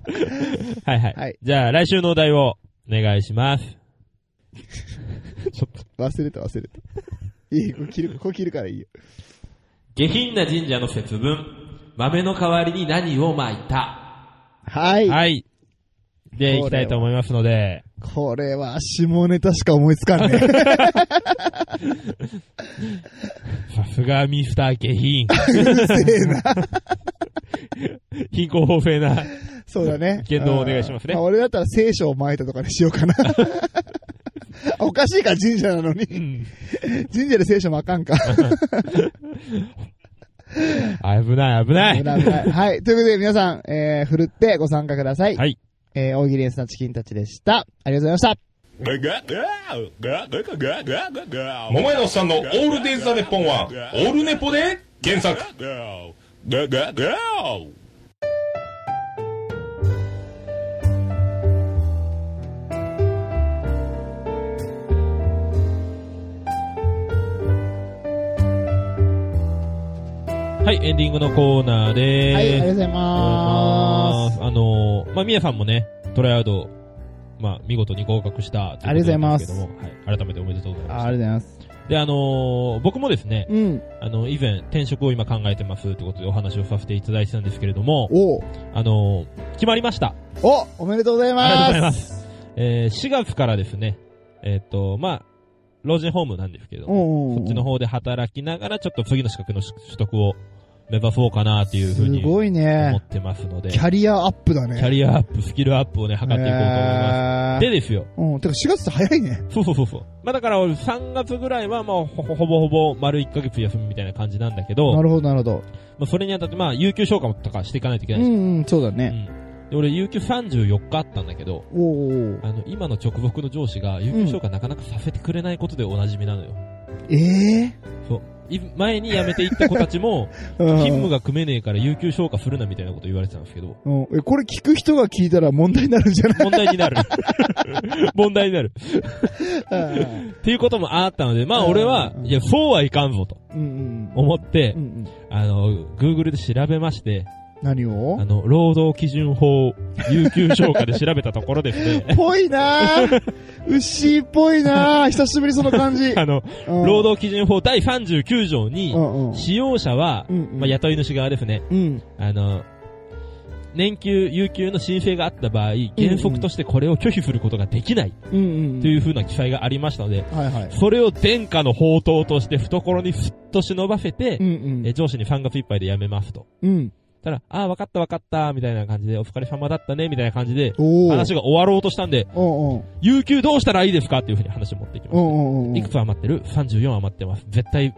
Speaker 2: はいはい。
Speaker 1: はい
Speaker 2: じゃあ、来週のお題をお願いします。 ちょっと。
Speaker 1: 忘れた忘れた。いい、これ切る、これ切るからいいよ。
Speaker 2: 下品な神社の節分。豆の代わりに何を巻いた
Speaker 1: はい。
Speaker 2: はい。で、
Speaker 1: これは
Speaker 2: 行きたいと思いますので、
Speaker 1: これは下ネタしか思いつ かんね。
Speaker 2: さすがミスター下
Speaker 1: う
Speaker 2: 品。
Speaker 1: るせえな。
Speaker 2: 貧困法制な。
Speaker 1: そうだね。
Speaker 2: 言動をお願いしますね
Speaker 1: あーあ俺だったら聖書を巻いたとかにしよう かな。おかしいか、神社なの
Speaker 2: う
Speaker 1: に。
Speaker 2: ん
Speaker 1: 神社で聖書巻かんか。
Speaker 2: 危ない危ない。
Speaker 1: 危ない危ない はい。ということで皆さん、えー、ふるってご参加ください。
Speaker 2: はい。
Speaker 1: えー、大喜利エンスなチキンたちでした。ありがとうございました。
Speaker 7: 桃
Speaker 8: 桃井のおっさんのオールデイズ・ザ・ネッポンは、オールネポで原作。
Speaker 2: はい、エンディングのコーナーでーす。
Speaker 1: はい、ありがとうございま
Speaker 2: あのー、まあ、みやさんもね、トライアウト、まあ、見事に合格したということなんですけども、はい、改めておめでとうござい
Speaker 1: す。
Speaker 2: ま
Speaker 1: あありが
Speaker 2: し
Speaker 1: とうございます。
Speaker 2: た。で、あのー、僕もですね、
Speaker 1: うん。
Speaker 2: あの、以前、転職を今考えてますってことでお話をさせていただいてたんですけれども、
Speaker 1: おう
Speaker 2: あのー、決まりました。
Speaker 1: おおめでとうござい
Speaker 2: ありがとう
Speaker 1: ます。
Speaker 2: ございます。えー、4月からですね、えっ、と、まあ、老人ホームなんですけども、
Speaker 1: おうおうおう
Speaker 2: そっちの方で働きながら、ちょっと次の資格の取得を目指そうかなっていうふう
Speaker 1: す
Speaker 2: に
Speaker 1: ごい
Speaker 2: 思
Speaker 1: ね
Speaker 2: っ。てますので、
Speaker 1: キャリアアップだね。
Speaker 2: キャリアアップ、スキルアップをね、測っていこうと思います。
Speaker 1: へ
Speaker 2: で
Speaker 1: ー
Speaker 2: ですよ。
Speaker 1: うん。てか4月って早いね。
Speaker 2: そうそうそうそう。まあだから俺3月ぐらいはまあほほほぼほぼ丸1ヶ月休みみたいな感じなんだけど、
Speaker 1: な
Speaker 2: ま
Speaker 1: るほど、なるほど。
Speaker 2: あそれにあたってまあ有給消化とかしていかないといけ
Speaker 1: う
Speaker 2: ないし、
Speaker 1: んうん、そうだ
Speaker 2: う
Speaker 1: ね。
Speaker 2: んで俺、有給34日あったんだけど、
Speaker 1: おー。
Speaker 2: あの、今の直属の上司が、有給消化なかなかさせてくれないことでおなじみなのよ。
Speaker 1: ええ
Speaker 2: そう。い前に辞めていった子たちも、
Speaker 1: うん
Speaker 2: 勤務が組めねえから有給消化するなみたいなこと言われてたんですけど、
Speaker 1: うんえこれ聞く人が聞いたら問題になるんじゃ ない
Speaker 2: 問題に なる。問題になる。っていうこともあったので、まあ俺は
Speaker 1: う、ん
Speaker 2: いや、そうはいかんぞと
Speaker 1: うんうん。
Speaker 2: 思って
Speaker 1: うんう、ん。
Speaker 2: あの、Google で調べまして、
Speaker 1: 何を、
Speaker 2: あの、労働基準法、有給消化で調べたところですね
Speaker 1: ぽいなぁ。 牛っぽいなぁ。久しぶりその感じ。
Speaker 2: あの、労働基準法第39条に
Speaker 1: う、んうん。
Speaker 2: 使用者は、
Speaker 1: うんうん
Speaker 2: まあ、雇い主側ですね、
Speaker 1: うん。
Speaker 2: あの、年休、有給の申請があった場合、原則としてこれを拒否することができない
Speaker 1: うんうん。
Speaker 2: という風な記載がありましたので、
Speaker 1: はいはい。
Speaker 2: それを殿下の宝刀として懐にふっと忍ばせて
Speaker 1: う、ん
Speaker 2: え上司に3月いっぱいで辞めますと。
Speaker 1: うん。うん。
Speaker 2: ただ、ああ、わかったわかった、みたいな感じで、お疲れ様だったね、みたいな感じで、
Speaker 1: おー。
Speaker 2: 話が終わろうとしたんで、
Speaker 1: うんうん。
Speaker 2: 有給どうしたらいいですかっていう風に話を持っていきま
Speaker 1: う
Speaker 2: し
Speaker 1: んうんうん。
Speaker 2: た。いくつ余ってる ?34 余ってます。絶対いいっ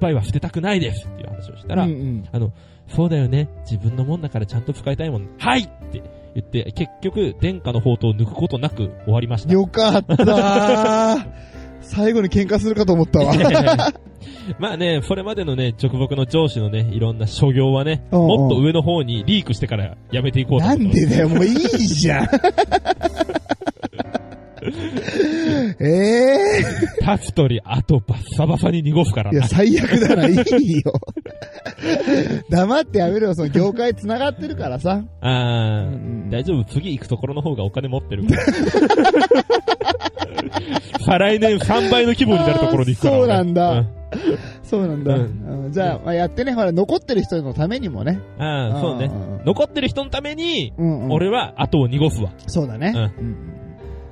Speaker 2: ぱいは捨てたくないですっていう話をしたら
Speaker 1: うんう、ん。
Speaker 2: そうだよね。自分のもんだからちゃんと使いたいもん。はいって言って、結局、殿下の宝刀を抜くことなく終わりました。
Speaker 1: よかったー。最後に喧嘩するかと思ったわ。
Speaker 2: まあね、それまでのね、直僕の上司のね、いろんな所業はね、
Speaker 1: うんうん
Speaker 2: もっと上の方にリークしてからやめていこうと
Speaker 1: な
Speaker 2: 思って
Speaker 1: ん
Speaker 2: ます
Speaker 1: でだよ、もういいじ ゃん。ええ
Speaker 2: タフトリ、あとバッサバサに濁すから
Speaker 1: いや、
Speaker 2: な。
Speaker 1: 最悪だな、いいよ。黙ってやめろよ、その業界繋がってるからさ。
Speaker 2: あ
Speaker 1: うんう
Speaker 2: ー、
Speaker 1: ん
Speaker 2: 大丈夫、次行くところの方がお金持ってるから。再来年3倍の規模になるところに行くから。
Speaker 1: あーそ
Speaker 2: 俺
Speaker 1: うなんだ
Speaker 2: う
Speaker 1: そうなんだ。
Speaker 2: うん
Speaker 1: うんじゃあ、まあ、やってね、ほら、残ってる人のためにもね。
Speaker 2: あー、そうね。
Speaker 1: ん
Speaker 2: 残ってる人のために、
Speaker 1: うんうん、
Speaker 2: 俺は後を濁すわ。
Speaker 1: そうだね。
Speaker 2: う
Speaker 1: うん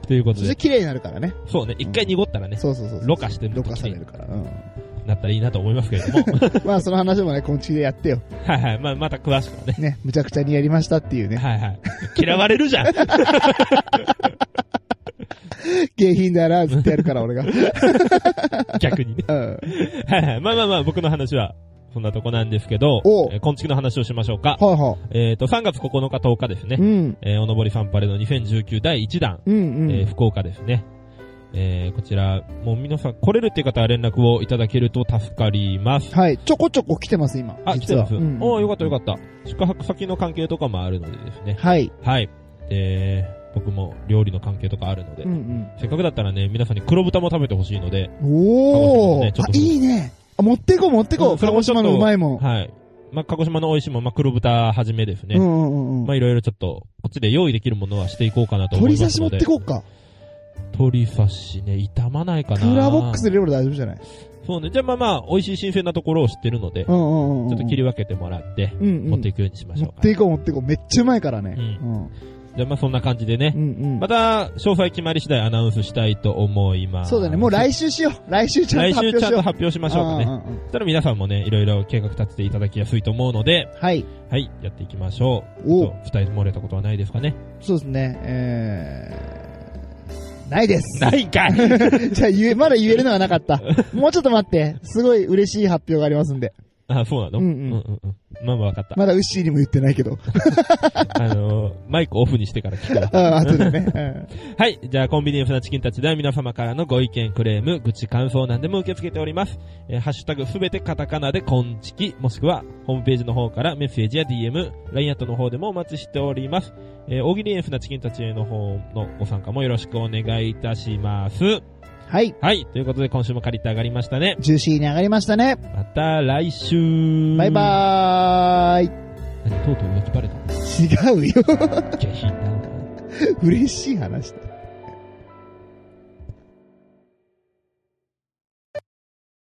Speaker 2: ということ
Speaker 1: そして
Speaker 2: で。
Speaker 1: 綺麗になるからね。
Speaker 2: そうね、一回濁ったらね、
Speaker 1: そうそうそうそう。
Speaker 2: ろ過して、
Speaker 1: ろ過されるから。うん。
Speaker 2: なったらいいなと思いますけれども。
Speaker 1: まあ、その話もね、今週でやってよ。
Speaker 2: はいはい。まあ、また詳しくはね。
Speaker 1: ね、むちゃくちゃにやりましたっていうね。
Speaker 2: はいはい。嫌われるじゃ ん。
Speaker 1: 下品だな、ずってやるから、俺が。
Speaker 2: 逆にね。
Speaker 1: うん。
Speaker 2: はいはい。まあまあまあ、僕の話は、そんなとこなんですけど、
Speaker 1: おう
Speaker 2: えー、昆虫の話をしましょうか。
Speaker 1: はいは
Speaker 2: えっと、3月9日10日ですね
Speaker 1: い。う。ん。
Speaker 2: えー、おのぼりファンパレード2019第1弾、
Speaker 1: うんうん。
Speaker 2: えー、福岡ですね。えー、こちら、もう皆さん来れるっていう方は連絡をいただけると助かります。
Speaker 1: はい。ちょこちょこ来てます、今。
Speaker 2: あ、来てます。
Speaker 1: 実はうん
Speaker 2: おー、よかったよかった。宿泊先の関係とかもあるのでですね。
Speaker 1: はい。
Speaker 2: はい。で、僕も料理の関係とかあるので、
Speaker 1: ん
Speaker 2: せっかくだったらね、皆さんに黒豚も食べてほしいので、
Speaker 1: うん。お
Speaker 2: 鹿児島の
Speaker 1: お、
Speaker 2: ねちょ
Speaker 1: あ
Speaker 2: っと、
Speaker 1: いいね。あ持ってこう、持ってこ
Speaker 2: うん
Speaker 1: う。鹿児島のうまいもん。
Speaker 2: はい。まあ、鹿児島の美味しいもん、まあ、黒豚はじめですね。
Speaker 1: うんうんうんうん
Speaker 2: まあ、いろいろちょっと、こっちで用意できるものはしていこうかなと思い
Speaker 1: 鶏
Speaker 2: ま
Speaker 1: 刺
Speaker 2: す
Speaker 1: し
Speaker 2: の
Speaker 1: 持っ
Speaker 2: で。
Speaker 1: てこうか。
Speaker 2: 鶏刺しね、傷まないか
Speaker 1: ク
Speaker 2: な。
Speaker 1: ーラーボックス。入れれば大丈夫じゃない
Speaker 2: そうね。じゃあまあまあ、美味しい新鮮なところを知ってるので、
Speaker 1: う
Speaker 2: ちょ
Speaker 1: んうんうんうん。
Speaker 2: っと切り分けてもらって、
Speaker 1: うんうん
Speaker 2: 持っていくようにしまし
Speaker 1: 持
Speaker 2: ょ
Speaker 1: っ
Speaker 2: うか。
Speaker 1: ていこう、持っていこう。めっちゃうまいからね。
Speaker 2: う
Speaker 1: うんん。
Speaker 2: じゃあまあ、そんな感じでね
Speaker 1: う。んうん。
Speaker 2: また、詳細決まり次第アナウンスしたいと思います。
Speaker 1: そうだね、もう来週しよう。来週ちゃん
Speaker 2: 来
Speaker 1: と発
Speaker 2: 週
Speaker 1: 表
Speaker 2: ちゃ
Speaker 1: し
Speaker 2: んと
Speaker 1: よう。
Speaker 2: 発表しましょうかね。
Speaker 1: んうんうん
Speaker 2: そしたら皆さんもね、いろいろ計画立てていただきやすいと思うので、
Speaker 1: はい。
Speaker 2: はい、やっていきましょう。
Speaker 1: お
Speaker 2: ちょっと二人漏れたことはないですかね。
Speaker 1: そうですね、えー、ないです。
Speaker 2: ないんか い
Speaker 1: じゃあ言え、まだ言えるのはなか った。もうちょっと待って。すごい嬉しい発表がありますんで。
Speaker 2: あ、そうなの
Speaker 1: うんうん
Speaker 2: うんまあまあわかった。
Speaker 1: まだウッシーにも言ってないけど。
Speaker 2: あのー、マイクオフにしてから聞くわ。
Speaker 1: あ後でね。うん
Speaker 2: はい。じゃあ、コンビニエンスなチキンたちでは皆様からのご意見、クレーム、愚痴、感想なんでも受け付けております。えーハッシュタグすべてカタカナでコンチキ、もしくは、ホームページの方からメッセージや DM、LINE アットの方でもお待ちしております。えー大喜利エンスなチキンたちへの方のご参加もよろしくお願いいたします。
Speaker 1: はい。
Speaker 2: はい。ということで、今週も借りて上がりましたね。
Speaker 1: ジューシーに上がりましたね。
Speaker 2: また来週。
Speaker 1: バイバーイ。
Speaker 2: 何とうとう浮気バレた
Speaker 1: 違うよ。
Speaker 2: 下品だな。
Speaker 1: 嬉しい話だ。